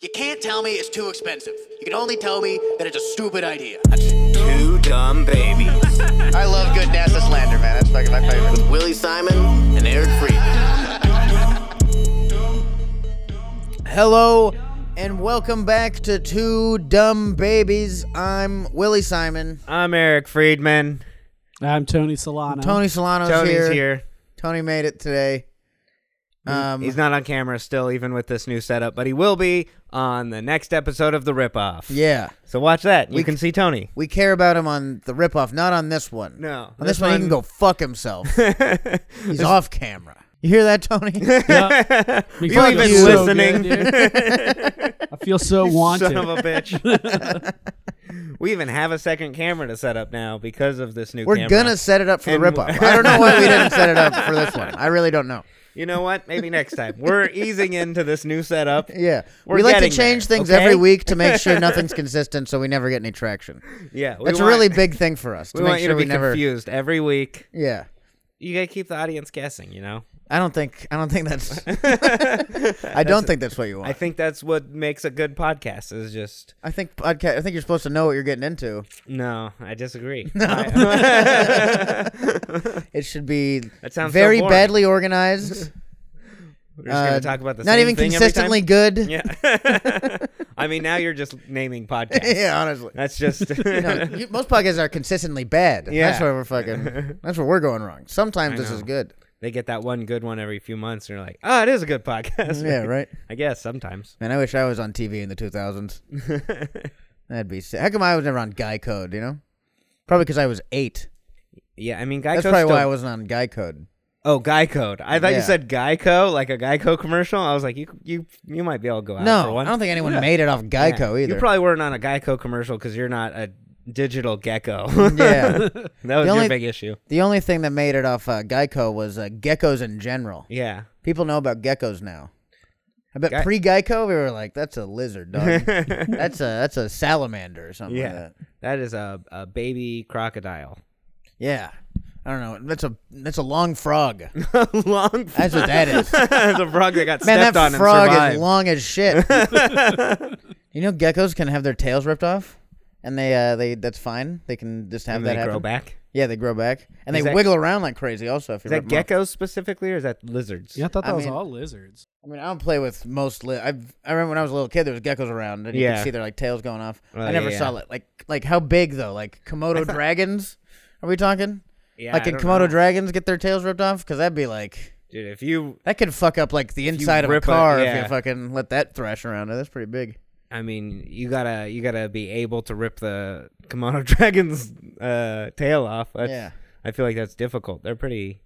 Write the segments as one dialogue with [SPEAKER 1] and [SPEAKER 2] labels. [SPEAKER 1] You can't tell me it's too expensive. You can only tell me that it's a stupid idea.
[SPEAKER 2] Two dumb babies.
[SPEAKER 3] I love good NASA slander, man. That's fucking my favorite.
[SPEAKER 2] Willie Simon and Eric Fried.
[SPEAKER 4] Hello and welcome back to Two Dumb Babies. I'm Willie Simon.
[SPEAKER 5] I'm Eric Friedman.
[SPEAKER 6] I'm Tony Solano.
[SPEAKER 4] Tony Solano's
[SPEAKER 5] Tony's
[SPEAKER 4] here.
[SPEAKER 5] here.
[SPEAKER 4] Tony made it today. Um,
[SPEAKER 5] He's not on camera still, even with this new setup, but he will be on the next episode of The Ripoff.
[SPEAKER 4] yeah,
[SPEAKER 5] So watch that. You
[SPEAKER 4] We-
[SPEAKER 5] can see Tony.
[SPEAKER 4] we care about him on the ripoff, not on this one.
[SPEAKER 5] No,
[SPEAKER 4] on this,
[SPEAKER 5] this
[SPEAKER 4] one, he
[SPEAKER 5] one-
[SPEAKER 4] can go fuck himself. He's off camera. You hear that, Tony?
[SPEAKER 6] You
[SPEAKER 5] You're even
[SPEAKER 4] you.
[SPEAKER 5] listening,
[SPEAKER 6] I feel so wanted.
[SPEAKER 5] son of a bitch. we even have a second camera to set up now because of this new
[SPEAKER 4] We're
[SPEAKER 5] camera.
[SPEAKER 4] gonna set it up for
[SPEAKER 5] And-
[SPEAKER 4] the ripoff. I don't know why we didn't set it up for this one. I really don't know.
[SPEAKER 5] You know what? Maybe next time. We're easing into this new setup.
[SPEAKER 4] Yeah,
[SPEAKER 5] We're
[SPEAKER 4] we like to
[SPEAKER 5] getting
[SPEAKER 4] change
[SPEAKER 5] there,
[SPEAKER 4] things
[SPEAKER 5] okay?
[SPEAKER 4] every week to make sure nothing's consistent, so we never get any traction.
[SPEAKER 5] Yeah. we
[SPEAKER 4] That's
[SPEAKER 5] want-
[SPEAKER 4] a really big thing for us to
[SPEAKER 5] We
[SPEAKER 4] make
[SPEAKER 5] want
[SPEAKER 4] sure
[SPEAKER 5] you to
[SPEAKER 4] we
[SPEAKER 5] be
[SPEAKER 4] never.
[SPEAKER 5] confused every week.
[SPEAKER 4] Yeah.
[SPEAKER 5] You gotta keep the audience guessing. You know.
[SPEAKER 4] I don't think I don't think that's I don't think that's what you want.
[SPEAKER 5] I think that's what makes a good podcast is just
[SPEAKER 4] I think podcast I think you're supposed to know what you're getting into.
[SPEAKER 5] no, I disagree.
[SPEAKER 4] It should be
[SPEAKER 5] That sounds so
[SPEAKER 4] very
[SPEAKER 5] boring.
[SPEAKER 4] badly organized.
[SPEAKER 5] We're just gonna
[SPEAKER 4] uh,
[SPEAKER 5] talk about the
[SPEAKER 4] not
[SPEAKER 5] same
[SPEAKER 4] even
[SPEAKER 5] thing every time?
[SPEAKER 4] consistently good.
[SPEAKER 5] Yeah. I mean, now you're just naming podcasts.
[SPEAKER 4] Yeah, honestly.
[SPEAKER 5] That's just
[SPEAKER 4] No, you- most podcasts are consistently bad.
[SPEAKER 5] Yeah.
[SPEAKER 4] That's where we're fucking that's where we're going wrong. Sometimes
[SPEAKER 5] I
[SPEAKER 4] this is
[SPEAKER 5] know.
[SPEAKER 4] good.
[SPEAKER 5] they get that one good one every few months, and you're like, oh, it is a good podcast.
[SPEAKER 4] Yeah, right.
[SPEAKER 5] I guess sometimes.
[SPEAKER 4] Man, I wish I was on TV in the 2000s. That'd be sick. How come I was never on Guy Code, you know? Probably because I was 8.
[SPEAKER 5] Yeah, I mean, Geico.
[SPEAKER 4] That's probably
[SPEAKER 5] still-
[SPEAKER 4] why I wasn't on Guy Code.
[SPEAKER 5] Oh, Geico. I thought
[SPEAKER 4] Yeah.
[SPEAKER 5] you said Geico, like a Geico commercial. I was like, you, you, you might be able to go out Uh, for
[SPEAKER 4] No, I
[SPEAKER 5] one.
[SPEAKER 4] don't think anyone made it off Geico
[SPEAKER 5] Yeah.
[SPEAKER 4] either.
[SPEAKER 5] You probably weren't on a Geico commercial because you're not a digital gecko.
[SPEAKER 4] yeah.
[SPEAKER 5] that was
[SPEAKER 4] only-
[SPEAKER 5] your big issue.
[SPEAKER 4] The only thing that made it off uh, Geico was uh, geckos in general.
[SPEAKER 5] Yeah.
[SPEAKER 4] People know about geckos now. I bet
[SPEAKER 5] Ge-
[SPEAKER 4] pre Geico, we were like, "That's a lizard, dog. that's a that's a salamander or something like
[SPEAKER 5] Yeah.
[SPEAKER 4] that."
[SPEAKER 5] That is a, a baby crocodile.
[SPEAKER 4] Yeah, I don't know. That's a that's a long frog.
[SPEAKER 5] long
[SPEAKER 4] That's what that is. Man,
[SPEAKER 5] That's a frog that got
[SPEAKER 4] that
[SPEAKER 5] stepped on
[SPEAKER 4] frog
[SPEAKER 5] and survived.
[SPEAKER 4] is long as shit. you know, geckos can have their tails ripped off, and they uh they that's fine. They can just have
[SPEAKER 5] and
[SPEAKER 4] that
[SPEAKER 5] they
[SPEAKER 4] happen.
[SPEAKER 5] grow back.
[SPEAKER 4] Yeah, they grow back, and
[SPEAKER 5] Is
[SPEAKER 4] they
[SPEAKER 5] that-
[SPEAKER 4] wiggle around like crazy. Also, if you
[SPEAKER 5] Is that
[SPEAKER 4] rip 'em off.
[SPEAKER 5] geckos specifically, or is that lizards?
[SPEAKER 6] yeah, I thought that
[SPEAKER 4] I
[SPEAKER 6] was
[SPEAKER 4] mean-
[SPEAKER 6] all lizards.
[SPEAKER 4] I mean, I don't play with most. Li- I've, I remember when I was a little kid, there was geckos around, and you
[SPEAKER 5] Yeah.
[SPEAKER 4] could see their like tails going off.
[SPEAKER 5] Oh,
[SPEAKER 4] I never
[SPEAKER 5] yeah,
[SPEAKER 4] saw
[SPEAKER 5] yeah.
[SPEAKER 4] it. Like, like how big though? Like Komodo dragons? Are we talking?
[SPEAKER 5] Yeah,
[SPEAKER 4] like,
[SPEAKER 5] I
[SPEAKER 4] can
[SPEAKER 5] don't
[SPEAKER 4] Komodo
[SPEAKER 5] know.
[SPEAKER 4] dragons get their tails ripped off? Because that'd be like
[SPEAKER 5] Dude, if you,
[SPEAKER 4] that could fuck up like the inside of a
[SPEAKER 5] rip a-
[SPEAKER 4] car if
[SPEAKER 5] yeah.
[SPEAKER 4] you fucking let that thrash around. That's pretty big.
[SPEAKER 5] I mean, you gotta, you gotta be able to rip the Komodo dragon's uh, tail off. That's,
[SPEAKER 4] Yeah.
[SPEAKER 5] I feel like that's difficult. They're pretty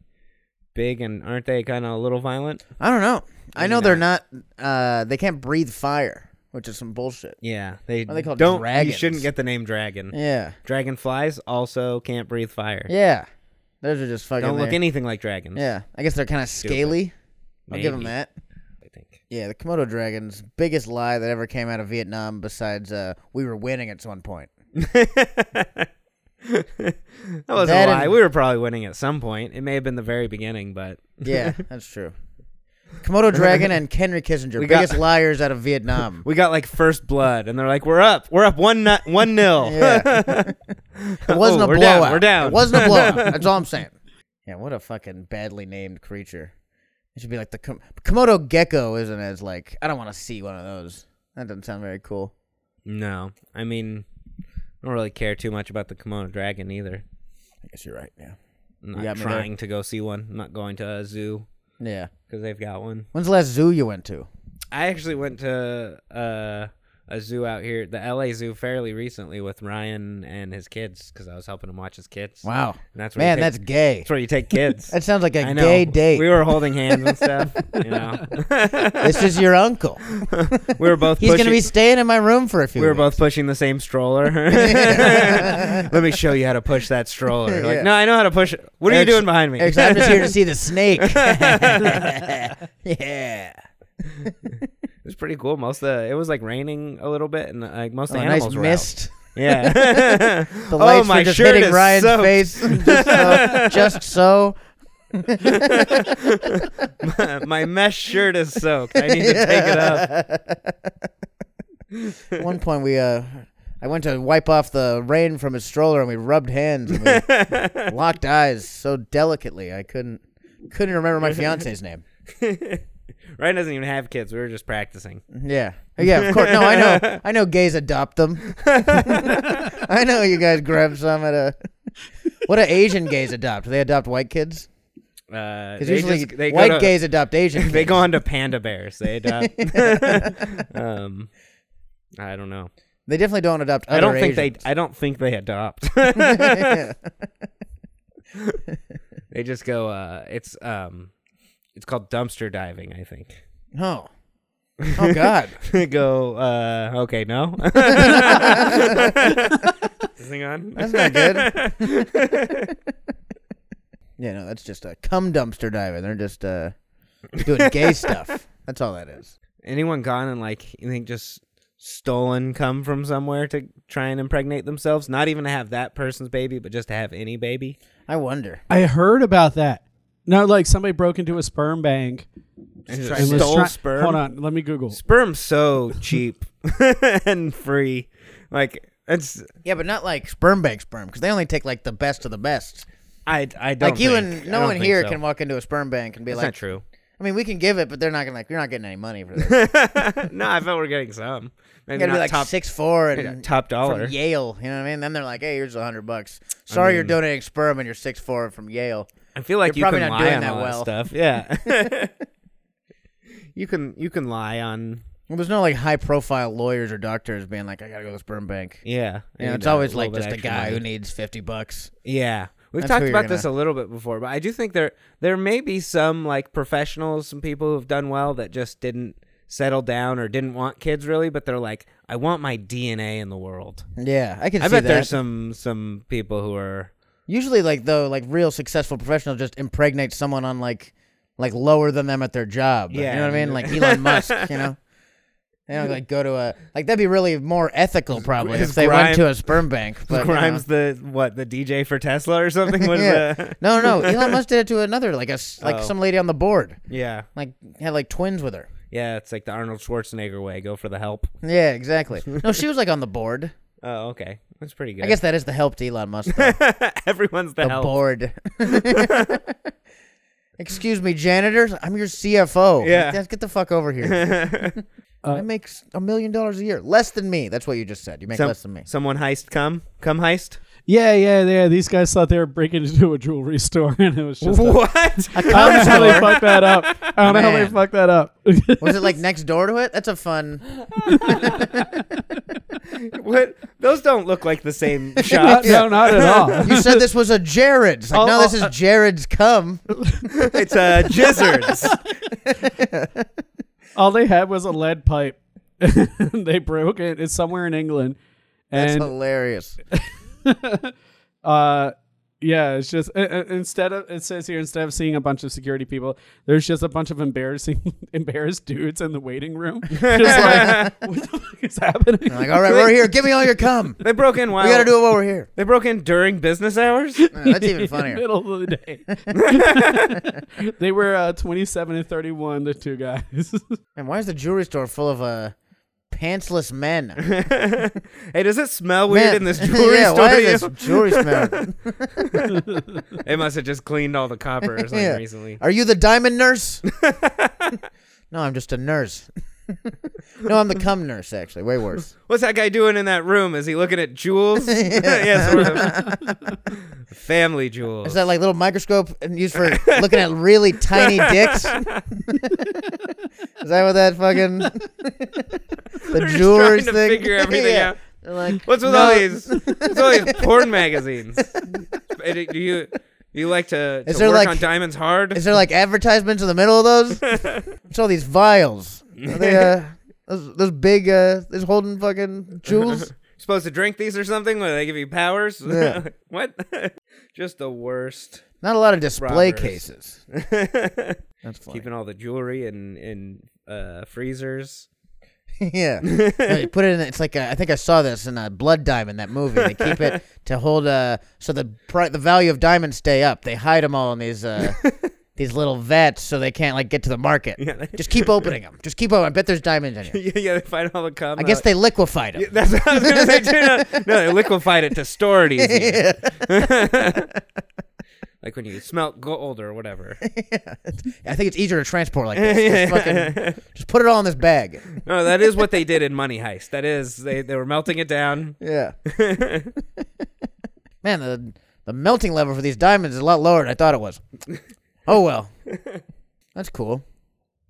[SPEAKER 5] big, and aren't they kind of a little violent?
[SPEAKER 4] I don't know. I know they're not. Uh, they can't breathe fire, which is some bullshit.
[SPEAKER 5] Yeah, they
[SPEAKER 4] Are they called
[SPEAKER 5] don't.
[SPEAKER 4] dragons?
[SPEAKER 5] You shouldn't get the name dragon.
[SPEAKER 4] Yeah,
[SPEAKER 5] Dragonflies also can't breathe fire.
[SPEAKER 4] yeah. Those are just fucking.
[SPEAKER 5] don't look
[SPEAKER 4] there.
[SPEAKER 5] anything like dragons.
[SPEAKER 4] Yeah, I guess they're kind of scaly. I'll give them
[SPEAKER 5] Maybe.
[SPEAKER 4] that.
[SPEAKER 5] I think.
[SPEAKER 4] Yeah, the Komodo dragon's biggest lie that ever came out of Vietnam, besides uh, we were winning at one point.
[SPEAKER 5] That wasn't
[SPEAKER 4] That
[SPEAKER 5] a lie.
[SPEAKER 4] and-
[SPEAKER 5] We were probably winning at some point. It may have been the very beginning, but
[SPEAKER 4] Yeah, that's true. Komodo dragon and Henry Kissinger,
[SPEAKER 5] We got-
[SPEAKER 4] biggest liars out of Vietnam.
[SPEAKER 5] we got like first blood, and they're like, "We're up, we're up one nut, one nil."
[SPEAKER 4] Yeah. It wasn't
[SPEAKER 5] Oh,
[SPEAKER 4] a
[SPEAKER 5] we're down,
[SPEAKER 4] blowout.
[SPEAKER 5] we're down.
[SPEAKER 4] It wasn't a blowout. That's all I'm saying. Yeah, what a fucking badly named creature. It should be like the Kom- Komodo gecko, isn't as like I don't want to see one of those. That doesn't sound very cool.
[SPEAKER 5] no, I mean, I don't really care too much about the Komodo dragon either.
[SPEAKER 4] I guess you're right. Yeah.
[SPEAKER 5] I'm
[SPEAKER 4] got
[SPEAKER 5] not
[SPEAKER 4] me there.
[SPEAKER 5] trying to go see one. I'm not going to a zoo
[SPEAKER 4] Yeah.
[SPEAKER 5] because they've got one.
[SPEAKER 4] When's the last zoo you went to?
[SPEAKER 5] I actually went to uh, a zoo out here, the LA Zoo, fairly recently with Ryan and his kids because I was helping him watch his kids.
[SPEAKER 4] Wow.
[SPEAKER 5] And that's where
[SPEAKER 4] Man,
[SPEAKER 5] you take-
[SPEAKER 4] that's gay.
[SPEAKER 5] That's where you take kids.
[SPEAKER 4] That sounds like a
[SPEAKER 5] I know.
[SPEAKER 4] gay date.
[SPEAKER 5] We were holding hands and stuff. You know,
[SPEAKER 4] this is your uncle.
[SPEAKER 5] we were both.
[SPEAKER 4] He's
[SPEAKER 5] pushing,
[SPEAKER 4] gonna be staying in my room for a few.
[SPEAKER 5] We were
[SPEAKER 4] weeks.
[SPEAKER 5] both pushing the same stroller. Let me show you how to push that stroller. Like,
[SPEAKER 4] Yeah.
[SPEAKER 5] no, I know how to push it. What are
[SPEAKER 4] Eric's-
[SPEAKER 5] you doing behind me?
[SPEAKER 4] Eric's, I'm just here to see the snake. yeah.
[SPEAKER 5] It was pretty cool. Most of the, it was like raining a little bit, and uh, like most of
[SPEAKER 4] Oh,
[SPEAKER 5] the
[SPEAKER 4] a nice
[SPEAKER 5] animals were out.
[SPEAKER 4] mist.
[SPEAKER 5] Yeah.
[SPEAKER 4] The lights
[SPEAKER 5] oh, my
[SPEAKER 4] were just
[SPEAKER 5] shirt
[SPEAKER 4] hitting
[SPEAKER 5] is
[SPEAKER 4] Ryan's
[SPEAKER 5] soaked.
[SPEAKER 4] face. Just so. Just so.
[SPEAKER 5] my mesh shirt is soaked. I need to take it up.
[SPEAKER 4] At one point, we uh, I went to wipe off the rain from his stroller, and we rubbed hands, and we locked eyes so delicately. I couldn't couldn't remember my fiance's name.
[SPEAKER 5] Ryan doesn't even have kids. We were just practicing.
[SPEAKER 4] Mm-hmm. Yeah, Uh, yeah, of course. No, I know, I know. Gays adopt them. I know you guys grab some at a. What do Asian gays adopt? Do they adopt white kids?
[SPEAKER 5] Uh,
[SPEAKER 4] Because
[SPEAKER 5] they
[SPEAKER 4] usually
[SPEAKER 5] just- they go
[SPEAKER 4] white
[SPEAKER 5] to-
[SPEAKER 4] gays adopt Asian.
[SPEAKER 5] They
[SPEAKER 4] kids.
[SPEAKER 5] go on to panda bears. They adopt. um, I don't know.
[SPEAKER 4] They definitely don't adopt. Other
[SPEAKER 5] I don't think
[SPEAKER 4] Asians.
[SPEAKER 5] they. I don't think they adopt. they just go. Uh, it's um, it's called dumpster diving. I think.
[SPEAKER 4] No. Oh God.
[SPEAKER 5] go. Uh, okay, no. Is this thing on?
[SPEAKER 4] That's not good. yeah, no, that's just a cum dumpster diving. They're just uh, doing gay stuff. That's all that is.
[SPEAKER 5] Anyone gone and like you think just stolen come from somewhere to try and impregnate themselves? Not even to have that person's baby, but just to have any baby.
[SPEAKER 4] I wonder.
[SPEAKER 6] I heard about that. No, like somebody broke into a sperm bank.
[SPEAKER 5] And
[SPEAKER 6] and
[SPEAKER 5] just
[SPEAKER 6] was
[SPEAKER 5] stole
[SPEAKER 6] try-
[SPEAKER 5] sperm.
[SPEAKER 6] Hold on, let me Google.
[SPEAKER 5] Sperm's so cheap and free. Like it's
[SPEAKER 4] Yeah, but not like sperm bank sperm because they only take like the best of the best.
[SPEAKER 5] I I don't
[SPEAKER 4] Like you
[SPEAKER 5] think-
[SPEAKER 4] and
[SPEAKER 5] I
[SPEAKER 4] no
[SPEAKER 5] don't
[SPEAKER 4] one
[SPEAKER 5] think
[SPEAKER 4] here
[SPEAKER 5] so.
[SPEAKER 4] can walk into a sperm bank and be
[SPEAKER 5] That's
[SPEAKER 4] like,
[SPEAKER 5] not true.
[SPEAKER 4] I mean, we can give it, but they're not gonna like you're not getting any money for this.
[SPEAKER 5] no, I felt we're getting some.
[SPEAKER 4] You
[SPEAKER 5] Maybe
[SPEAKER 4] gotta
[SPEAKER 5] not
[SPEAKER 4] be like
[SPEAKER 5] top
[SPEAKER 4] six four
[SPEAKER 5] yeah,
[SPEAKER 4] and
[SPEAKER 5] top dollar.
[SPEAKER 4] from Yale. You know what I mean? Then they're like, hey, here's a hundred bucks. Sorry, you're donating sperm and you're six four from Yale.
[SPEAKER 5] I feel like
[SPEAKER 4] You're
[SPEAKER 5] you
[SPEAKER 4] probably
[SPEAKER 5] can
[SPEAKER 4] not
[SPEAKER 5] lie
[SPEAKER 4] doing
[SPEAKER 5] on
[SPEAKER 4] that
[SPEAKER 5] all
[SPEAKER 4] well.
[SPEAKER 5] stuff. Yeah. you can you can lie on
[SPEAKER 4] Well, there's no like high profile lawyers or doctors being like, I gotta go to the sperm bank.
[SPEAKER 5] yeah.
[SPEAKER 4] You know,
[SPEAKER 5] and,
[SPEAKER 4] it's
[SPEAKER 5] uh,
[SPEAKER 4] always
[SPEAKER 5] little
[SPEAKER 4] like
[SPEAKER 5] bit
[SPEAKER 4] just a
[SPEAKER 5] extra
[SPEAKER 4] guy
[SPEAKER 5] money.
[SPEAKER 4] who needs fifty bucks.
[SPEAKER 5] Yeah. We've
[SPEAKER 4] That's
[SPEAKER 5] talked
[SPEAKER 4] who you're
[SPEAKER 5] about this a
[SPEAKER 4] gonna-
[SPEAKER 5] little bit before, but I do think there there may be some like professionals, some people who've done well that just didn't settle down or didn't want kids really, but they're like, I want my DNA in the world.
[SPEAKER 4] Yeah, I can
[SPEAKER 5] I
[SPEAKER 4] see
[SPEAKER 5] bet
[SPEAKER 4] that.
[SPEAKER 5] there's some some people who are
[SPEAKER 4] Usually, like though, like real successful professionals just impregnate someone on like, like lower than them at their job.
[SPEAKER 5] Yeah,
[SPEAKER 4] you know what I mean? Like Elon Musk. You know, they don't like go to a like that'd be really more ethical probably
[SPEAKER 5] his
[SPEAKER 4] if they
[SPEAKER 5] grime-
[SPEAKER 4] went to a sperm bank. But you know.
[SPEAKER 5] Grimes the what the DJ for Tesla or something was
[SPEAKER 4] Yeah.
[SPEAKER 5] the
[SPEAKER 4] no, no, Elon Musk did it to another like a s like
[SPEAKER 5] Oh.
[SPEAKER 4] some lady on the board.
[SPEAKER 5] yeah
[SPEAKER 4] Like had like twins with her.
[SPEAKER 5] yeah it's like the Arnold Schwarzenegger way go for the help
[SPEAKER 4] Yeah, exactly. No, she was like on the board.
[SPEAKER 5] oh okay that's pretty good
[SPEAKER 4] I guess that is the help to Elon Musk. Though.
[SPEAKER 5] everyone's the,
[SPEAKER 4] the
[SPEAKER 5] help
[SPEAKER 4] board. Excuse me, janitors. I'm your CFO.
[SPEAKER 5] Yeah.
[SPEAKER 4] Like, get the fuck over here.
[SPEAKER 6] Uh,
[SPEAKER 4] I make s- a million dollars a year, less than me. That's what you just said. You make
[SPEAKER 5] Some-
[SPEAKER 4] less than me.
[SPEAKER 5] someone heist come come heist
[SPEAKER 6] Yeah, yeah, yeah. These guys thought they were breaking into a jewelry store, and it was just. a-
[SPEAKER 5] what
[SPEAKER 6] I don't know how they fucked that up. I don't know how they
[SPEAKER 4] Man.
[SPEAKER 6] fucked that up.
[SPEAKER 4] Was it like next door to it? That's a fun.
[SPEAKER 5] what those don't look like the same
[SPEAKER 6] Not-
[SPEAKER 5] shop
[SPEAKER 6] No, not at all.
[SPEAKER 4] You said this was a Jared's. Like,
[SPEAKER 6] Oh,
[SPEAKER 4] no,
[SPEAKER 6] oh,
[SPEAKER 5] uh,
[SPEAKER 4] this is Jared's cum.
[SPEAKER 5] it's uh jizzards
[SPEAKER 6] All they had was a lead pipe. they broke it. It's somewhere in England.
[SPEAKER 4] That's
[SPEAKER 6] And
[SPEAKER 4] hilarious.
[SPEAKER 6] uh, yeah, it's just uh, uh, instead of it says here instead of seeing a bunch of security people, there's just a bunch of embarrassing, embarrassed dudes in the waiting room. Just like, what the fuck is happening?
[SPEAKER 4] Like, all right, we're here. Give me all your cum.
[SPEAKER 5] they broke in while
[SPEAKER 4] We got to do it while we're here.
[SPEAKER 5] they broke in during business hours
[SPEAKER 4] Uh, that's
[SPEAKER 6] In
[SPEAKER 4] even
[SPEAKER 6] the
[SPEAKER 4] funnier.
[SPEAKER 6] middle of the day. they were uh, 27 and 31, the two guys.
[SPEAKER 4] And why is the jewelry store full of uh, pantsless men?
[SPEAKER 5] hey does it smell weird
[SPEAKER 4] Man.
[SPEAKER 5] in this jewelry
[SPEAKER 4] yeah,
[SPEAKER 5] store
[SPEAKER 4] Why
[SPEAKER 5] to
[SPEAKER 4] is
[SPEAKER 5] you?
[SPEAKER 4] this jewelry smell?
[SPEAKER 5] they must have just cleaned all the copper or something
[SPEAKER 4] Yeah.
[SPEAKER 5] recently
[SPEAKER 4] Are you the diamond nurse? no, I'm just a nurse. no, I'm the cum nurse, actually. Way worse.
[SPEAKER 5] What's that guy doing in that room? Is he looking at jewels? yeah, sort of. Family
[SPEAKER 4] Is
[SPEAKER 5] jewels.
[SPEAKER 4] that like little microscope and used for looking at really tiny dicks? Is that what that fucking the
[SPEAKER 5] just trying
[SPEAKER 4] jewelers
[SPEAKER 5] to
[SPEAKER 4] thing?
[SPEAKER 5] figure everything out.
[SPEAKER 4] They're like,
[SPEAKER 5] What's with
[SPEAKER 4] no,
[SPEAKER 5] all these? What's with all these porn magazines? Uh, Do do you you like to, to
[SPEAKER 4] there
[SPEAKER 5] work
[SPEAKER 4] like-
[SPEAKER 5] on diamonds hard?
[SPEAKER 4] Is there like advertisements in the middle of those? It's all these vials. Are they, uh, those, those big, uh, those holding fucking jewels.
[SPEAKER 5] supposed to drink these or something? Where they give you powers?
[SPEAKER 4] Yeah.
[SPEAKER 5] what? Just the worst.
[SPEAKER 4] Not a lot of display
[SPEAKER 5] Robbers.
[SPEAKER 4] cases. That's funny.
[SPEAKER 5] Keeping all the jewelry in in uh, freezers.
[SPEAKER 4] yeah. No, you put it in. It's like uh, I think I saw this in uh, Blood Diamond that movie. They keep it to hold uh, so the pri- the value of diamonds stay up. They hide them all in these uh, these little vets so they can't like get to the market.
[SPEAKER 5] Yeah.
[SPEAKER 4] Just keep opening them. Just keep opening. I bet there's diamonds in here.
[SPEAKER 5] yeah, yeah, they find all the cum.
[SPEAKER 4] I guess they liquefied them.
[SPEAKER 5] That's what I was gonna say too. No, no, they liquefied it to store it easier. like when you smelt gold or whatever.
[SPEAKER 4] I think it's easier to transport like this. Just, fucking, just put it all in this bag.
[SPEAKER 5] No, that is what they did in Money Heist. That is, they they were melting it down.
[SPEAKER 4] Yeah. Man, the the melting level for these diamonds is a lot lower than I thought it was. Oh well. That's cool.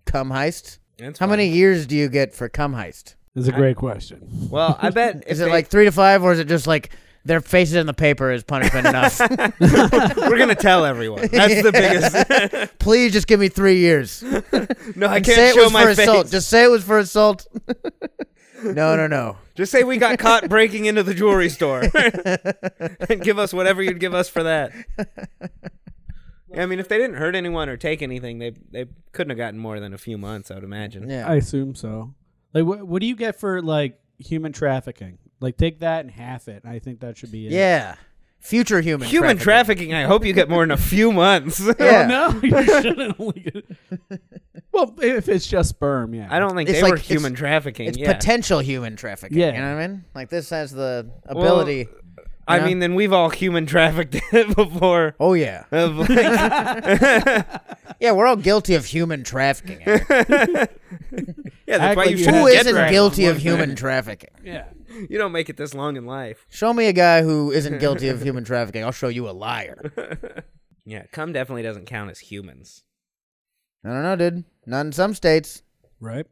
[SPEAKER 4] Cum heist.
[SPEAKER 5] That's
[SPEAKER 4] How
[SPEAKER 5] fun.
[SPEAKER 4] many years do you get for cum heist?
[SPEAKER 6] That's a great question.
[SPEAKER 5] Well, I bet.
[SPEAKER 4] Is
[SPEAKER 5] if
[SPEAKER 4] it
[SPEAKER 5] they-
[SPEAKER 4] like three to five, or is it just like their faces in the paper is punishment enough?
[SPEAKER 5] we're gonna tell everyone? That's the biggest.
[SPEAKER 4] Please just give me three years.
[SPEAKER 5] No, I
[SPEAKER 4] And
[SPEAKER 5] can't
[SPEAKER 4] say it
[SPEAKER 5] show
[SPEAKER 4] was
[SPEAKER 5] my
[SPEAKER 4] for
[SPEAKER 5] face.
[SPEAKER 4] assault. Just say it was for assault. no, no, no.
[SPEAKER 5] Just say we got caught breaking into the jewelry store and give us whatever you'd give us for that. I mean, if they didn't hurt anyone or take anything, they they couldn't have gotten more than a few months, I would imagine.
[SPEAKER 4] Yeah.
[SPEAKER 6] I assume so. Like, what, what do you get for like human trafficking? Like, take that and half it. I think that should be it.
[SPEAKER 4] yeah. Future human.
[SPEAKER 5] Human Oh,
[SPEAKER 4] trafficking.
[SPEAKER 5] trafficking. I hope you get more in a few months.
[SPEAKER 4] Yeah.
[SPEAKER 6] No, you shouldn't only get. Well, if it's just sperm, yeah.
[SPEAKER 5] I don't think
[SPEAKER 4] It's
[SPEAKER 5] they
[SPEAKER 4] like-
[SPEAKER 5] were
[SPEAKER 4] it's-
[SPEAKER 5] human trafficking.
[SPEAKER 4] It's
[SPEAKER 5] yeah.
[SPEAKER 4] potential human trafficking.
[SPEAKER 6] Yeah.
[SPEAKER 4] You know what I mean? Like this has the ability.
[SPEAKER 5] I
[SPEAKER 4] know?
[SPEAKER 5] mean, then we've all human trafficked it before.
[SPEAKER 4] oh yeah.
[SPEAKER 5] Of, like,
[SPEAKER 4] Yeah, we're all guilty of human trafficking. Eric.
[SPEAKER 5] yeah, that's
[SPEAKER 6] Act
[SPEAKER 5] why
[SPEAKER 6] like
[SPEAKER 5] you
[SPEAKER 6] you
[SPEAKER 5] should
[SPEAKER 4] Who
[SPEAKER 6] had-
[SPEAKER 5] get
[SPEAKER 4] isn't
[SPEAKER 5] right.
[SPEAKER 4] guilty of human trafficking?
[SPEAKER 6] Yeah.
[SPEAKER 5] You don't make it this long in life.
[SPEAKER 4] Show me a guy who isn't guilty of human trafficking. I'll show you a liar.
[SPEAKER 5] Yeah, cum definitely doesn't count as humans.
[SPEAKER 4] I don't know, dude. Not in some states.
[SPEAKER 6] Right.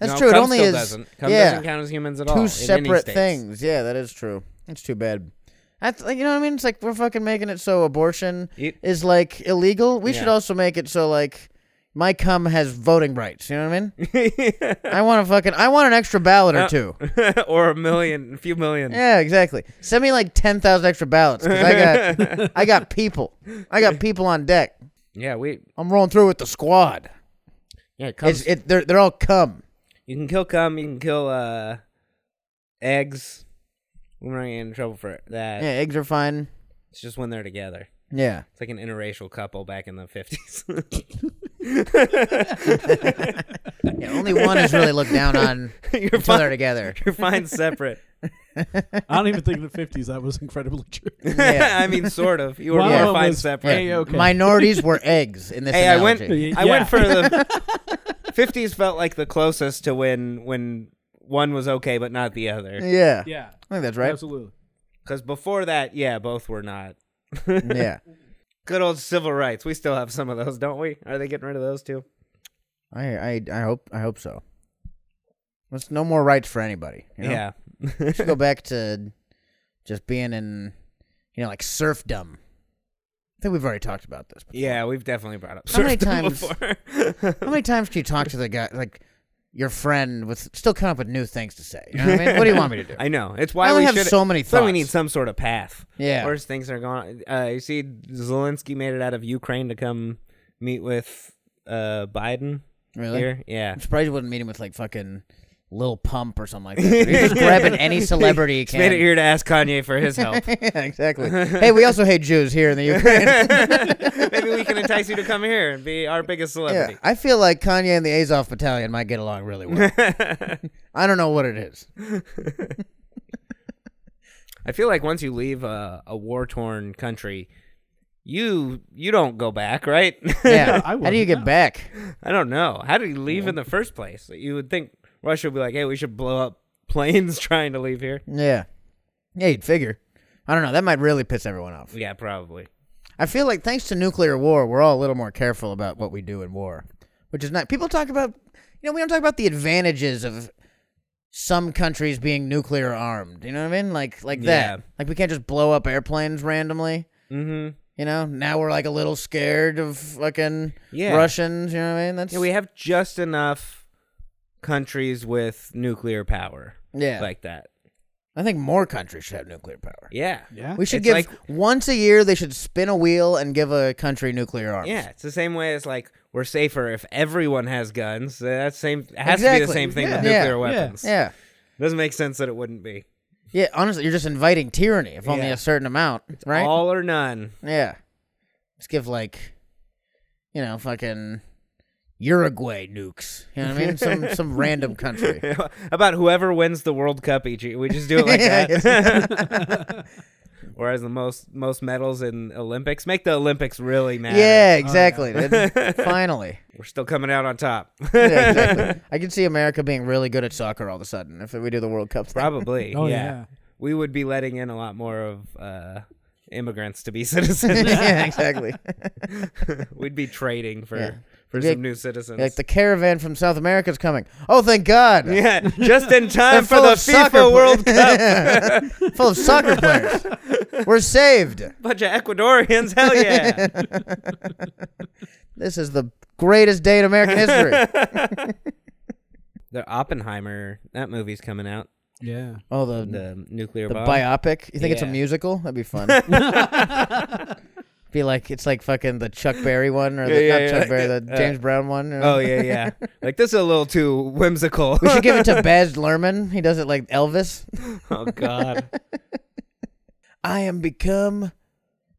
[SPEAKER 4] That's
[SPEAKER 5] No,
[SPEAKER 4] true. It
[SPEAKER 5] cum
[SPEAKER 4] only
[SPEAKER 5] still
[SPEAKER 4] is
[SPEAKER 5] doesn't. Cum
[SPEAKER 4] yeah,
[SPEAKER 5] doesn't count as humans at all.
[SPEAKER 4] two
[SPEAKER 5] in any
[SPEAKER 4] separate
[SPEAKER 5] states.
[SPEAKER 4] things. Yeah, that is true. That's too bad. That's like, you know what I mean? It's like we're fucking making it so abortion
[SPEAKER 5] It-
[SPEAKER 4] is like illegal. We should
[SPEAKER 5] Yeah.
[SPEAKER 4] also make it so like my cum has voting rights. You know what I mean? I want a fucking. I want an extra ballot
[SPEAKER 5] Uh,
[SPEAKER 4] or two.
[SPEAKER 5] or a million, a few million.
[SPEAKER 4] Yeah, exactly. Send me like ten thousand extra ballots because I got, I got people. I got people on deck.
[SPEAKER 5] Yeah, we.
[SPEAKER 4] I'm rolling through with the squad.
[SPEAKER 5] Yeah,
[SPEAKER 4] It's,
[SPEAKER 5] cum's,
[SPEAKER 4] it, they're they're all cum.
[SPEAKER 5] you can kill cum. You can kill uh, eggs. We're not gonna get in trouble for that.
[SPEAKER 4] Yeah, eggs are fine.
[SPEAKER 5] It's just when they're together.
[SPEAKER 4] Yeah,
[SPEAKER 5] It's like an interracial couple back in the fifties.
[SPEAKER 4] yeah. Only one is really looked down on
[SPEAKER 5] You're
[SPEAKER 4] until they're
[SPEAKER 5] fine.
[SPEAKER 4] together.
[SPEAKER 5] You're fine separate.
[SPEAKER 6] I don't even think in the fifties that was incredibly true.
[SPEAKER 4] Yeah.
[SPEAKER 5] I mean, sort of. You were
[SPEAKER 6] One
[SPEAKER 5] more
[SPEAKER 6] of them
[SPEAKER 5] fine
[SPEAKER 6] was
[SPEAKER 5] separate.
[SPEAKER 6] Hey, okay.
[SPEAKER 4] Minorities were eggs in this
[SPEAKER 5] Hey, I went.
[SPEAKER 4] analogy.
[SPEAKER 5] I
[SPEAKER 6] Yeah.
[SPEAKER 5] went for the fifties. Felt like the closest to when when one was okay, but not the other.
[SPEAKER 4] Yeah.
[SPEAKER 6] yeah.
[SPEAKER 4] I think that's right.
[SPEAKER 6] Absolutely.
[SPEAKER 5] Because before that, yeah, both were not.
[SPEAKER 4] Yeah,
[SPEAKER 5] Good old civil rights. We still have some of those, don't we? Are they getting rid of those too?
[SPEAKER 4] I, I I hope I hope so. There's no more rights for anybody. you know?
[SPEAKER 5] Yeah.
[SPEAKER 4] should go back to just being in, you know, like serfdom. I think we've already talked about this.
[SPEAKER 5] Yeah, we've definitely brought up
[SPEAKER 4] How many
[SPEAKER 5] serfdom
[SPEAKER 4] times-
[SPEAKER 5] before.
[SPEAKER 4] How many times do you talk to the guy, like your friend, with still coming up with new things to say? You know what I mean? What do you want me to do?
[SPEAKER 5] I know. It's why
[SPEAKER 4] I only
[SPEAKER 5] we
[SPEAKER 4] have
[SPEAKER 5] should,
[SPEAKER 4] so many
[SPEAKER 5] it's why we
[SPEAKER 4] thoughts.
[SPEAKER 5] need some sort of path.
[SPEAKER 4] Yeah.
[SPEAKER 5] Worse things are going. Uh, you see, Zelensky made it out of Ukraine to come meet with uh, Biden.
[SPEAKER 4] Really?
[SPEAKER 5] Here. Yeah.
[SPEAKER 4] I'm surprised you wouldn't meet him with like fucking Lil Pump or something like that. You're just grabbing any celebrity you
[SPEAKER 5] Just made it
[SPEAKER 4] can.
[SPEAKER 5] here to ask Kanye for his help.
[SPEAKER 4] yeah, exactly. hey, we also hate Jews here in the Ukraine.
[SPEAKER 5] Maybe we can entice you to come here and be our biggest
[SPEAKER 4] yeah,
[SPEAKER 5] celebrity.
[SPEAKER 4] I feel like Kanye and the Azov Battalion might get along really well. I don't know what it is.
[SPEAKER 5] I feel like once you leave a, a war torn country, you you don't go back, right?
[SPEAKER 4] Yeah,
[SPEAKER 6] I
[SPEAKER 4] how do you
[SPEAKER 6] wouldn't
[SPEAKER 4] get
[SPEAKER 6] know.
[SPEAKER 4] back?
[SPEAKER 5] I don't know. How did you leave in the first place? You would think Russia would be like, "Hey, we should blow up planes trying to leave here."
[SPEAKER 4] Yeah. Yeah, you'd figure. I don't know. That might really piss everyone off.
[SPEAKER 5] Yeah, probably.
[SPEAKER 4] I feel like thanks to nuclear war, we're all a little more careful about what we do in war, which is not. People talk about, you know, we don't talk about the advantages of some countries being nuclear armed. You know what I mean? Like like
[SPEAKER 5] Yeah.
[SPEAKER 4] that. Like we can't just blow up airplanes randomly.
[SPEAKER 5] Mm-hmm.
[SPEAKER 4] You know. Now we're like a little scared of fucking
[SPEAKER 5] Yeah.
[SPEAKER 4] Russians. You know what I mean? That's
[SPEAKER 5] Yeah, we have just enough countries with nuclear power
[SPEAKER 4] yeah.
[SPEAKER 5] like that.
[SPEAKER 4] I think more countries should have nuclear power.
[SPEAKER 5] Yeah.
[SPEAKER 6] Yeah.
[SPEAKER 4] We should
[SPEAKER 5] It's
[SPEAKER 4] give
[SPEAKER 5] like-
[SPEAKER 4] once a year. They should spin a wheel and give a country nuclear arms.
[SPEAKER 5] Yeah, it's the same way as like we're safer if everyone has guns. Uh, That's same it has to be the
[SPEAKER 4] Exactly.
[SPEAKER 5] same thing with
[SPEAKER 4] Yeah. Yeah.
[SPEAKER 5] nuclear
[SPEAKER 4] Yeah.
[SPEAKER 5] weapons.
[SPEAKER 4] Yeah.
[SPEAKER 5] Doesn't make sense that it wouldn't be.
[SPEAKER 4] Yeah, honestly, you're just inviting tyranny if only
[SPEAKER 5] Yeah.
[SPEAKER 4] a certain amount, right?
[SPEAKER 5] All or none.
[SPEAKER 4] yeah. Let's give like you know, fucking Uruguay nukes. You know what I mean? Some some random country.
[SPEAKER 5] About whoever wins the World Cup each year. We just do it like that. Whereas the most most medals in Olympics make the Olympics really matter. Oh,
[SPEAKER 4] Yeah, exactly. dude. Finally.
[SPEAKER 5] We're still coming out on top.
[SPEAKER 4] Yeah, exactly. I can see America being really good at soccer all of a sudden if we do the World Cup. thing.
[SPEAKER 5] Probably.
[SPEAKER 6] Oh,
[SPEAKER 5] yeah.
[SPEAKER 6] yeah.
[SPEAKER 5] We would be letting in a lot more of uh, immigrants to be citizens.
[SPEAKER 4] yeah, exactly.
[SPEAKER 5] We'd be trading for
[SPEAKER 4] Yeah.
[SPEAKER 5] for
[SPEAKER 4] Be like-
[SPEAKER 5] some new citizens.
[SPEAKER 4] like the caravan from South America is coming. Oh, thank God!
[SPEAKER 5] yeah, just in
[SPEAKER 4] They're
[SPEAKER 5] time for
[SPEAKER 4] full
[SPEAKER 5] the
[SPEAKER 4] of soccer
[SPEAKER 5] FIFA World
[SPEAKER 4] pla-
[SPEAKER 5] Cup.
[SPEAKER 4] full of soccer players. We're saved.
[SPEAKER 5] Bunch of Ecuadorians, hell yeah!
[SPEAKER 4] This is the greatest day in American history.
[SPEAKER 5] the Oppenheimer, that movie's coming out.
[SPEAKER 6] Yeah.
[SPEAKER 4] Oh, the the,
[SPEAKER 5] The nuclear bomb.
[SPEAKER 4] biopic. You think it's a
[SPEAKER 5] Yeah.
[SPEAKER 4] musical? That'd be fun. be like it's like fucking the Chuck Berry one or the,
[SPEAKER 5] Yeah, yeah,
[SPEAKER 4] not Chuck
[SPEAKER 5] yeah.
[SPEAKER 4] Berry, the
[SPEAKER 5] Uh,
[SPEAKER 4] James Brown one. you know?
[SPEAKER 5] oh yeah, yeah. Like this is a little too whimsical.
[SPEAKER 4] We should give it to Baz Luhrmann. He does it like Elvis.
[SPEAKER 5] oh god.
[SPEAKER 4] I am become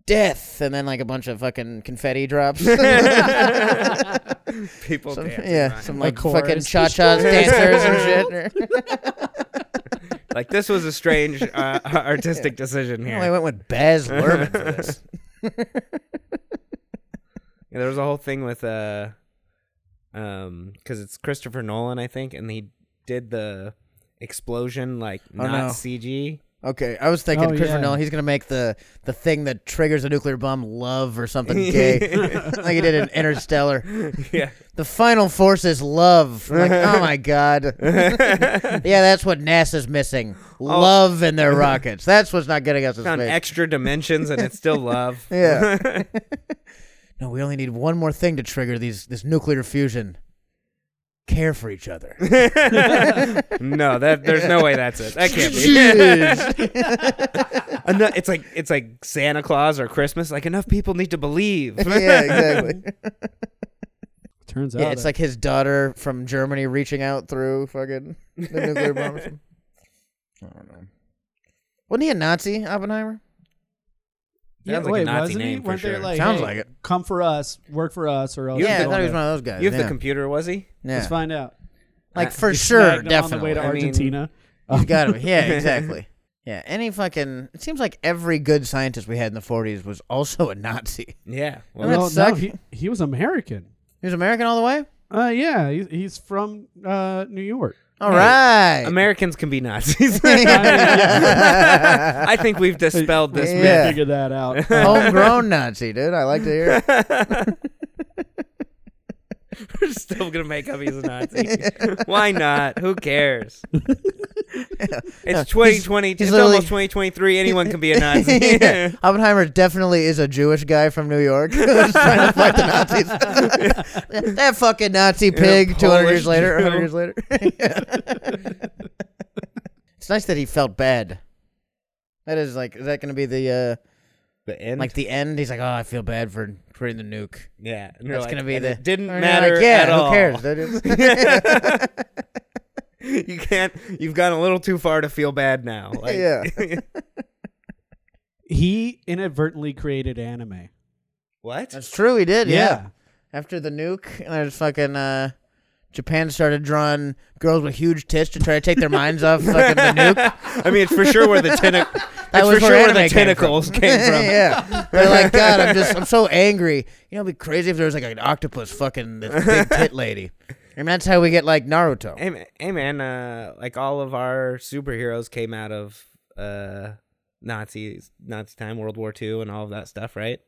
[SPEAKER 4] death, and then like a bunch of fucking confetti drops.
[SPEAKER 5] People
[SPEAKER 4] Some-
[SPEAKER 5] dancing
[SPEAKER 4] yeah,
[SPEAKER 5] around.
[SPEAKER 4] some like
[SPEAKER 6] chorus.
[SPEAKER 4] fucking cha chas dancers and shit.
[SPEAKER 5] Like this was a strange uh, artistic decision here.
[SPEAKER 4] I went with Baz Luhrmann for this.
[SPEAKER 5] Yeah, there was a whole thing with uh, um, because it's Christopher Nolan, I think, and he did the explosion like not
[SPEAKER 4] Oh, no.
[SPEAKER 5] CG.
[SPEAKER 4] Okay, I was thinking
[SPEAKER 6] Oh,
[SPEAKER 4] Christopher
[SPEAKER 6] yeah.
[SPEAKER 4] Nolan. He's gonna make the the thing that triggers a nuclear bomb love or something gay, like he did in Interstellar.
[SPEAKER 5] Yeah,
[SPEAKER 4] The final force is love. I'm like, oh my god. yeah, that's what NASA's missing. Love in their rockets. That's what's not getting us in
[SPEAKER 5] found
[SPEAKER 4] space.
[SPEAKER 5] extra dimensions, and it's still love.
[SPEAKER 4] yeah. no, we only need one more thing to trigger these this nuclear fusion. Care for each other.
[SPEAKER 5] No, that there's no way that's it. That can't be. And that- it's like it's like Santa Claus or Christmas. Like enough people need to believe.
[SPEAKER 4] yeah, exactly.
[SPEAKER 6] Turns out.
[SPEAKER 4] Yeah, it's like his daughter from Germany reaching out through fucking the nuclear bomb. or something. I don't know. Wasn't he a Nazi, Oppenheimer?
[SPEAKER 5] Sounds like a Nazi name for
[SPEAKER 6] Weren't they
[SPEAKER 5] sure.
[SPEAKER 6] like,
[SPEAKER 4] Sounds
[SPEAKER 6] hey,
[SPEAKER 4] like it.
[SPEAKER 6] Come for us, work for us, or else
[SPEAKER 4] yeah, I
[SPEAKER 6] we'll
[SPEAKER 4] thought he was
[SPEAKER 6] do-
[SPEAKER 4] one of those guys.
[SPEAKER 5] You have
[SPEAKER 4] yeah.
[SPEAKER 5] the computer, was he?
[SPEAKER 4] Yeah.
[SPEAKER 6] Let's find out.
[SPEAKER 4] Like
[SPEAKER 5] Uh,
[SPEAKER 4] for
[SPEAKER 6] You
[SPEAKER 4] sure,
[SPEAKER 6] snagged him on the way
[SPEAKER 4] definitely.
[SPEAKER 5] I mean-
[SPEAKER 6] to Argentina.
[SPEAKER 4] He's got him. Yeah, exactly. Yeah, any fucking. It seems like every good scientist we had in the 40s was also a Nazi.
[SPEAKER 5] Yeah. Well,
[SPEAKER 4] Well, that
[SPEAKER 6] Well, no,
[SPEAKER 4] sucked.
[SPEAKER 6] he, he was American.
[SPEAKER 4] He was American all the way?
[SPEAKER 6] Uh, yeah, he, he's from uh, New York.
[SPEAKER 4] All right.
[SPEAKER 5] Americans can be Nazis. I think we've dispelled this
[SPEAKER 4] Yeah. Oh.
[SPEAKER 5] myth.
[SPEAKER 6] Figure that out. Uh,
[SPEAKER 4] Homegrown Nazi, dude. I like to hear it.
[SPEAKER 5] We're still gonna make up he's a Nazi. Why not? Who cares? It's 2020.
[SPEAKER 4] he's
[SPEAKER 5] it's
[SPEAKER 4] literally-
[SPEAKER 5] almost 2023. Anyone can be a Nazi.
[SPEAKER 4] yeah. Oppenheimer definitely is a Jewish guy from New York who's trying to fight the Nazis. that fucking Nazi pig. Two hundred years
[SPEAKER 5] Polish
[SPEAKER 4] later,
[SPEAKER 5] Jew.
[SPEAKER 4] hundred years later. it's nice that he felt bad. That is like, is that going to be the
[SPEAKER 5] The
[SPEAKER 4] uh,
[SPEAKER 5] end.
[SPEAKER 4] like the end? He's like, oh, I feel bad for creating the nuke.
[SPEAKER 5] yeah. and you're
[SPEAKER 4] That's
[SPEAKER 5] like,
[SPEAKER 4] going to be
[SPEAKER 5] and
[SPEAKER 4] the.
[SPEAKER 5] It didn't
[SPEAKER 4] and you're
[SPEAKER 5] matter
[SPEAKER 4] Like, yeah,
[SPEAKER 5] at
[SPEAKER 4] who
[SPEAKER 5] all.
[SPEAKER 4] cares? That is-
[SPEAKER 5] you can't. You've gone a little too far to feel bad now. Like,
[SPEAKER 4] Yeah.
[SPEAKER 6] he inadvertently created anime.
[SPEAKER 5] what?
[SPEAKER 4] That's true. He did. yeah. after the nuke, and there's fucking uh, Japan started drawing girls with huge tits to try to take their minds off fucking the nuke.
[SPEAKER 5] I mean, it's for sure where the tentac- It's for
[SPEAKER 4] was where
[SPEAKER 5] sure where the
[SPEAKER 4] anime came
[SPEAKER 5] tentacles came from.
[SPEAKER 4] yeah, they're like, God, I'm just, I'm so angry. You know, it'd be crazy if there was like an octopus fucking this big tit lady, and that's how we get like Naruto.
[SPEAKER 5] Hey, ma- hey man, uh, like all of our superheroes came out of uh, Nazis, Nazi time, World War II, and all of that stuff, right?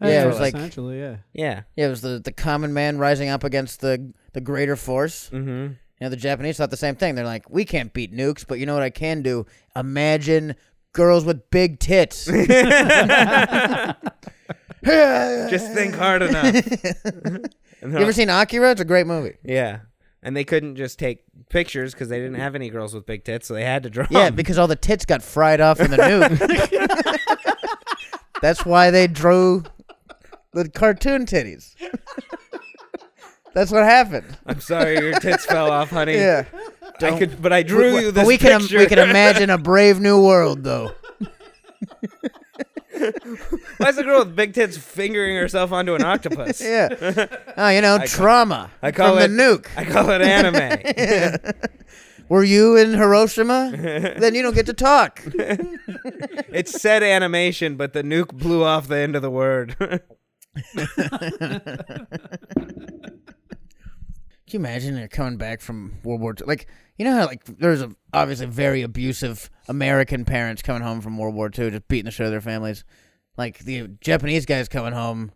[SPEAKER 4] Yeah, it was like-
[SPEAKER 6] essentially, yeah.
[SPEAKER 5] Yeah.
[SPEAKER 4] Yeah, it was the the common man rising up against the the greater force.
[SPEAKER 5] Mm-hmm.
[SPEAKER 4] You know, the Japanese thought the same thing. They're like, we can't beat nukes, but you know what I can do? Imagine girls with big tits.
[SPEAKER 5] Just think hard enough. And
[SPEAKER 4] You
[SPEAKER 5] they're
[SPEAKER 4] ever
[SPEAKER 5] like-
[SPEAKER 4] seen Akira? It's a great movie.
[SPEAKER 5] yeah. And they couldn't just take pictures because they didn't have any girls with big tits, so they had to draw.
[SPEAKER 4] Yeah,
[SPEAKER 5] 'em.
[SPEAKER 4] because all the tits got fried off in the nuke. That's why they drew the cartoon titties. That's what happened.
[SPEAKER 5] I'm sorry, your tits fell off, honey.
[SPEAKER 4] Yeah.
[SPEAKER 5] I could, but I drew you this
[SPEAKER 4] But we can im-
[SPEAKER 5] picture.
[SPEAKER 4] we can imagine a brave new world though.
[SPEAKER 5] Why's the girl with big tits fingering herself onto an octopus?
[SPEAKER 4] Yeah. Oh, you know, trauma
[SPEAKER 5] I call
[SPEAKER 4] from
[SPEAKER 5] it
[SPEAKER 4] the nuke.
[SPEAKER 5] I call it anime.
[SPEAKER 4] Were you in Hiroshima? then you don't get to talk.
[SPEAKER 5] it said animation, but the nuke blew off the end of the word.
[SPEAKER 4] Can you imagine they're coming back from World War II? Like, you know how like there's a, obviously very abusive American parents coming home from World War II, just beating the shit out of their families. Like the Japanese guys coming home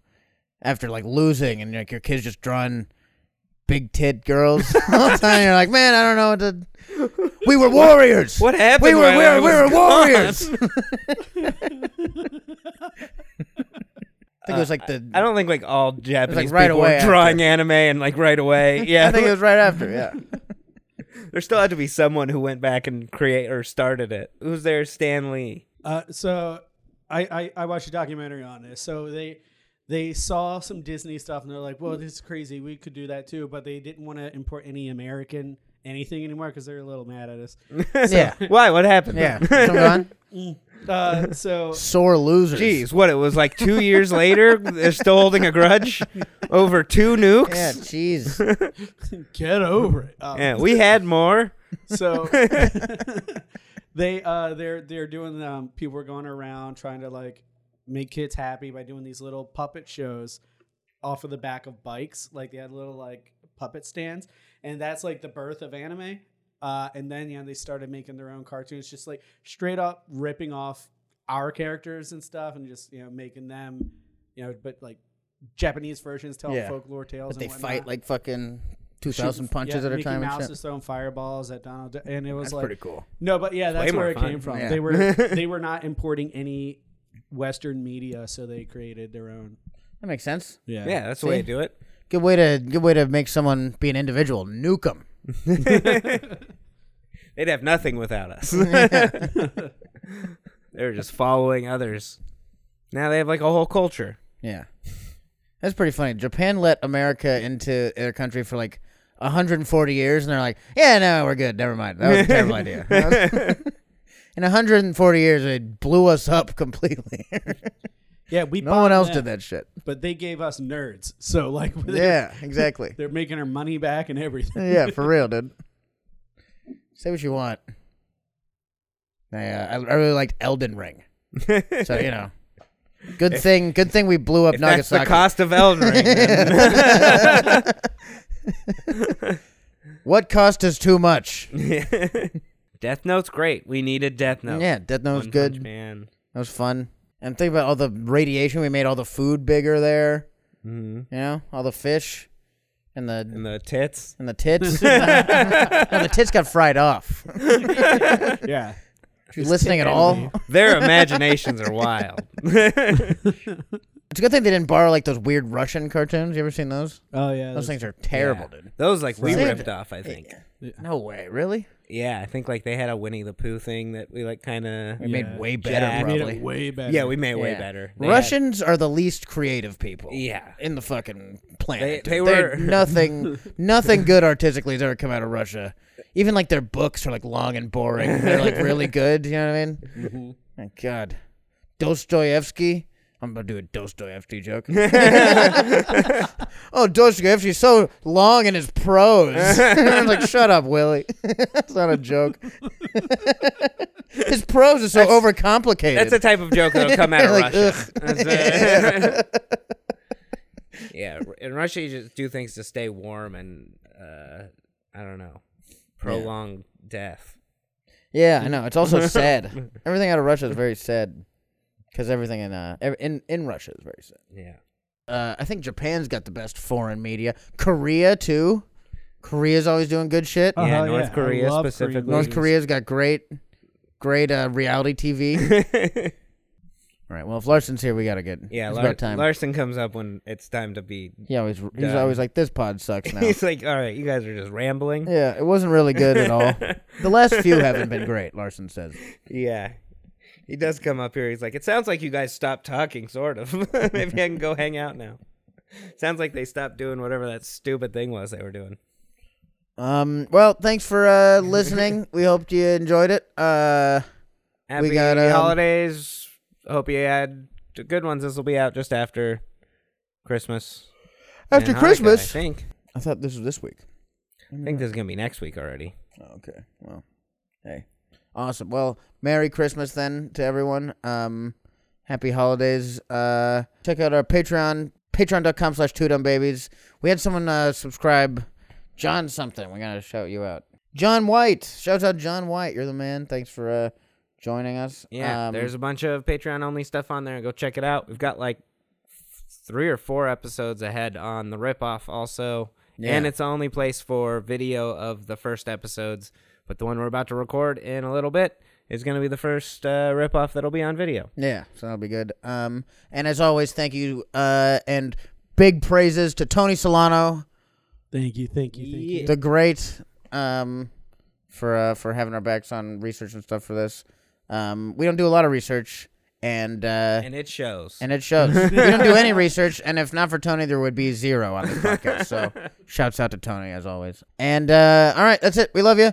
[SPEAKER 4] after like losing, and like your kids just drawing big tit girls all the time. You're like, man, I don't know what to. We were warriors.
[SPEAKER 5] What happened?
[SPEAKER 4] We were
[SPEAKER 5] while
[SPEAKER 4] we
[SPEAKER 5] I
[SPEAKER 4] were, we
[SPEAKER 5] was
[SPEAKER 4] were
[SPEAKER 5] gone?
[SPEAKER 4] warriors. I think it was like the.
[SPEAKER 5] I don't think like all Japanese
[SPEAKER 4] right
[SPEAKER 5] people
[SPEAKER 4] away
[SPEAKER 5] were
[SPEAKER 4] after.
[SPEAKER 5] drawing anime and like right away. Yeah,
[SPEAKER 4] I think it was right after. Yeah.
[SPEAKER 5] there still had to be someone who went back and create or started it. Who's there? Stan Lee.
[SPEAKER 6] Uh, so I, I I watched a documentary on this. So they they saw some Disney stuff and they're like, "Well, this is crazy. We could do that too." But they didn't want to import any American anything anymore because they're a little mad at us.
[SPEAKER 4] Yeah.
[SPEAKER 5] Why? What happened?
[SPEAKER 4] Yeah. Come on.
[SPEAKER 6] Uh, so
[SPEAKER 4] Sore losers.
[SPEAKER 5] Jeez, what it was like two years later, they're still holding a grudge over two nukes.
[SPEAKER 4] Yeah, jeez.
[SPEAKER 6] get over it. Uh,
[SPEAKER 5] Yeah, we had more.
[SPEAKER 6] So they uh they're they're doing um people are going around trying to like make kids happy by doing these little puppet shows off of the back of bikes. Like they had little like puppet stands, and that's like the birth of anime. Uh, and then you know they started making their own cartoons, just like straight up ripping off our characters and stuff, and just you know making them, you know, but like Japanese versions telling
[SPEAKER 4] Yeah.
[SPEAKER 6] folklore tales.
[SPEAKER 4] But they
[SPEAKER 6] and
[SPEAKER 4] fight
[SPEAKER 6] whatnot.
[SPEAKER 4] like fucking two
[SPEAKER 6] Shoot-
[SPEAKER 4] thousand punches
[SPEAKER 6] yeah,
[SPEAKER 4] at a
[SPEAKER 6] Mickey
[SPEAKER 4] time.
[SPEAKER 6] Mouse
[SPEAKER 4] and shit.
[SPEAKER 6] is throwing fireballs at Donald, Duck, and it was like
[SPEAKER 5] cool.
[SPEAKER 6] no, but yeah, that's
[SPEAKER 5] more
[SPEAKER 6] where it
[SPEAKER 5] fun.
[SPEAKER 6] came from.
[SPEAKER 4] Yeah.
[SPEAKER 6] They were they were not importing any Western media, so they created their own.
[SPEAKER 4] That makes sense.
[SPEAKER 5] Yeah, that's the way to do it.
[SPEAKER 4] Good way to good way to make someone be an individual. Nuke them.
[SPEAKER 5] They'd have nothing without us. they were just following others. Now they have like a whole culture.
[SPEAKER 4] Yeah, that's pretty funny. Japan let America into their country for like 140 years, and they're like, "Yeah, no, we're good. Never mind. That was a terrible idea." In 140 years, it blew us up completely.
[SPEAKER 6] Yeah, we
[SPEAKER 4] no one else did that shit.
[SPEAKER 6] but they gave us nerds. So like, they're,
[SPEAKER 4] Yeah, exactly.
[SPEAKER 6] they're making our money back and everything.
[SPEAKER 4] yeah, for real, dude. Say what you want. I, uh, I I really liked Elden Ring, so you know, good thing good thing we blew up
[SPEAKER 5] If that's
[SPEAKER 4] Nagasaki.
[SPEAKER 5] the cost of Elden Ring. then-
[SPEAKER 4] what cost is too much?
[SPEAKER 5] Death Note's great. We needed Death Note.
[SPEAKER 4] Yeah, Death Note was
[SPEAKER 5] One
[SPEAKER 4] good.
[SPEAKER 5] Punch Man.
[SPEAKER 4] That was fun. And think about all the radiation we made, all the food bigger there. Mm-hmm. You know, all the fish and the
[SPEAKER 5] And the tits.
[SPEAKER 4] and the tits. no, the tits got fried off.
[SPEAKER 6] yeah,
[SPEAKER 4] You listening at all?
[SPEAKER 5] Their imaginations are wild.
[SPEAKER 4] It's a good thing they didn't borrow like those weird Russian cartoons. You ever seen those?
[SPEAKER 6] oh yeah, that's-
[SPEAKER 4] Those things are terrible,
[SPEAKER 5] Those like we
[SPEAKER 4] Right.
[SPEAKER 5] ripped off, I think.
[SPEAKER 4] dude. No way, really?
[SPEAKER 5] Yeah, I think like they had a Winnie the Pooh thing that we like kind of.
[SPEAKER 4] We made way better,
[SPEAKER 5] Jack-
[SPEAKER 4] probably.
[SPEAKER 6] made it way better.
[SPEAKER 5] Yeah, we made way
[SPEAKER 4] Yeah.
[SPEAKER 5] better. They had-
[SPEAKER 4] Russians are the least creative people.
[SPEAKER 5] Yeah.
[SPEAKER 4] In the fucking planet.
[SPEAKER 5] They-
[SPEAKER 4] dude.
[SPEAKER 5] they
[SPEAKER 4] They're
[SPEAKER 5] were-
[SPEAKER 4] nothing nothing good artistically has ever come out of Russia. Even like their books are like long and boring. They're like really good, you know what I mean? Mm-hmm. My God. Dostoevsky. I'm gonna do a Dostoevsky joke. oh, Dostoevsky's so long in his prose. I'm like, shut up, Willie. That's not a joke. his prose is so overcomplicated.
[SPEAKER 5] that's a type of joke that'll come out of
[SPEAKER 4] Like,
[SPEAKER 5] Russia. That's a- yeah, in Russia you just do things to stay warm and uh, I don't know, prolong death.
[SPEAKER 4] Yeah, I know. It's also sad. Everything out of Russia is very sad because everything in uh ev- in in Russia is very sad.
[SPEAKER 5] Yeah,
[SPEAKER 4] Uh, I think Japan's got the best foreign media. Korea too. Korea's always doing good shit.
[SPEAKER 6] Uh-huh,
[SPEAKER 5] yeah. North
[SPEAKER 6] I
[SPEAKER 5] Korea
[SPEAKER 6] love Korean
[SPEAKER 5] specifically.
[SPEAKER 4] North
[SPEAKER 6] movies.
[SPEAKER 4] Korea's got great, great uh, reality TV. All right. Well, if Larson's here, we gotta get.
[SPEAKER 5] yeah.
[SPEAKER 4] it's
[SPEAKER 5] Lar-
[SPEAKER 4] about time.
[SPEAKER 5] Larson comes up when it's time to be.
[SPEAKER 4] he always he's
[SPEAKER 5] Yeah.
[SPEAKER 4] always like this pod sucks now.
[SPEAKER 5] He's like, all right, you guys are just rambling.
[SPEAKER 4] yeah, it wasn't really good at all. The last few haven't been great. Larson says.
[SPEAKER 5] Yeah. He does come up here. He's like, it sounds like you guys stopped talking, sort of. Maybe I can go hang out now. Sounds like they stopped doing whatever that stupid thing was they were doing.
[SPEAKER 4] Um. Well, thanks for uh, listening. we hope you enjoyed it. Uh.
[SPEAKER 5] Happy
[SPEAKER 4] got, um,
[SPEAKER 5] holidays. Hope you had t- good ones. This will be out just after Christmas. and
[SPEAKER 4] After
[SPEAKER 5] Hanukkah, I
[SPEAKER 4] Christmas,
[SPEAKER 5] think.
[SPEAKER 4] I thought this was this week.
[SPEAKER 5] I think this is gonna be next week already.
[SPEAKER 4] Oh, okay. Well, hey, awesome. Well, Merry Christmas then to everyone. Um, happy holidays. Uh, check out our Patreon, patreon.com slash two dumb babies. We had someone uh, subscribe, John something. We're gonna shout you out, John White. Shout out John White. You're the man. Thanks for uh, joining us.
[SPEAKER 5] Yeah,
[SPEAKER 4] Um,
[SPEAKER 5] there's a bunch of Patreon only stuff on there. Go check it out. We've got like f- three or four episodes ahead on the ripoff also. And
[SPEAKER 4] Yeah.
[SPEAKER 5] it's the only place for video of the first episodes. But the one we're about to record in a little bit is going to be the first uh, ripoff that'll be on video.
[SPEAKER 4] Yeah, so that'll be good. Um, and as always, thank you uh, and big praises to Tony Solano,
[SPEAKER 7] Thank you, thank you, thank you.
[SPEAKER 4] the great, um, for uh, for having our backs on research and stuff for this. Um, we don't do a lot of research, and uh, and,
[SPEAKER 5] And it shows.
[SPEAKER 4] it shows. we don't do any research, and if not for Tony, there would be zero on this podcast. so, shouts out to Tony as always. And uh, all right, that's it. We love you.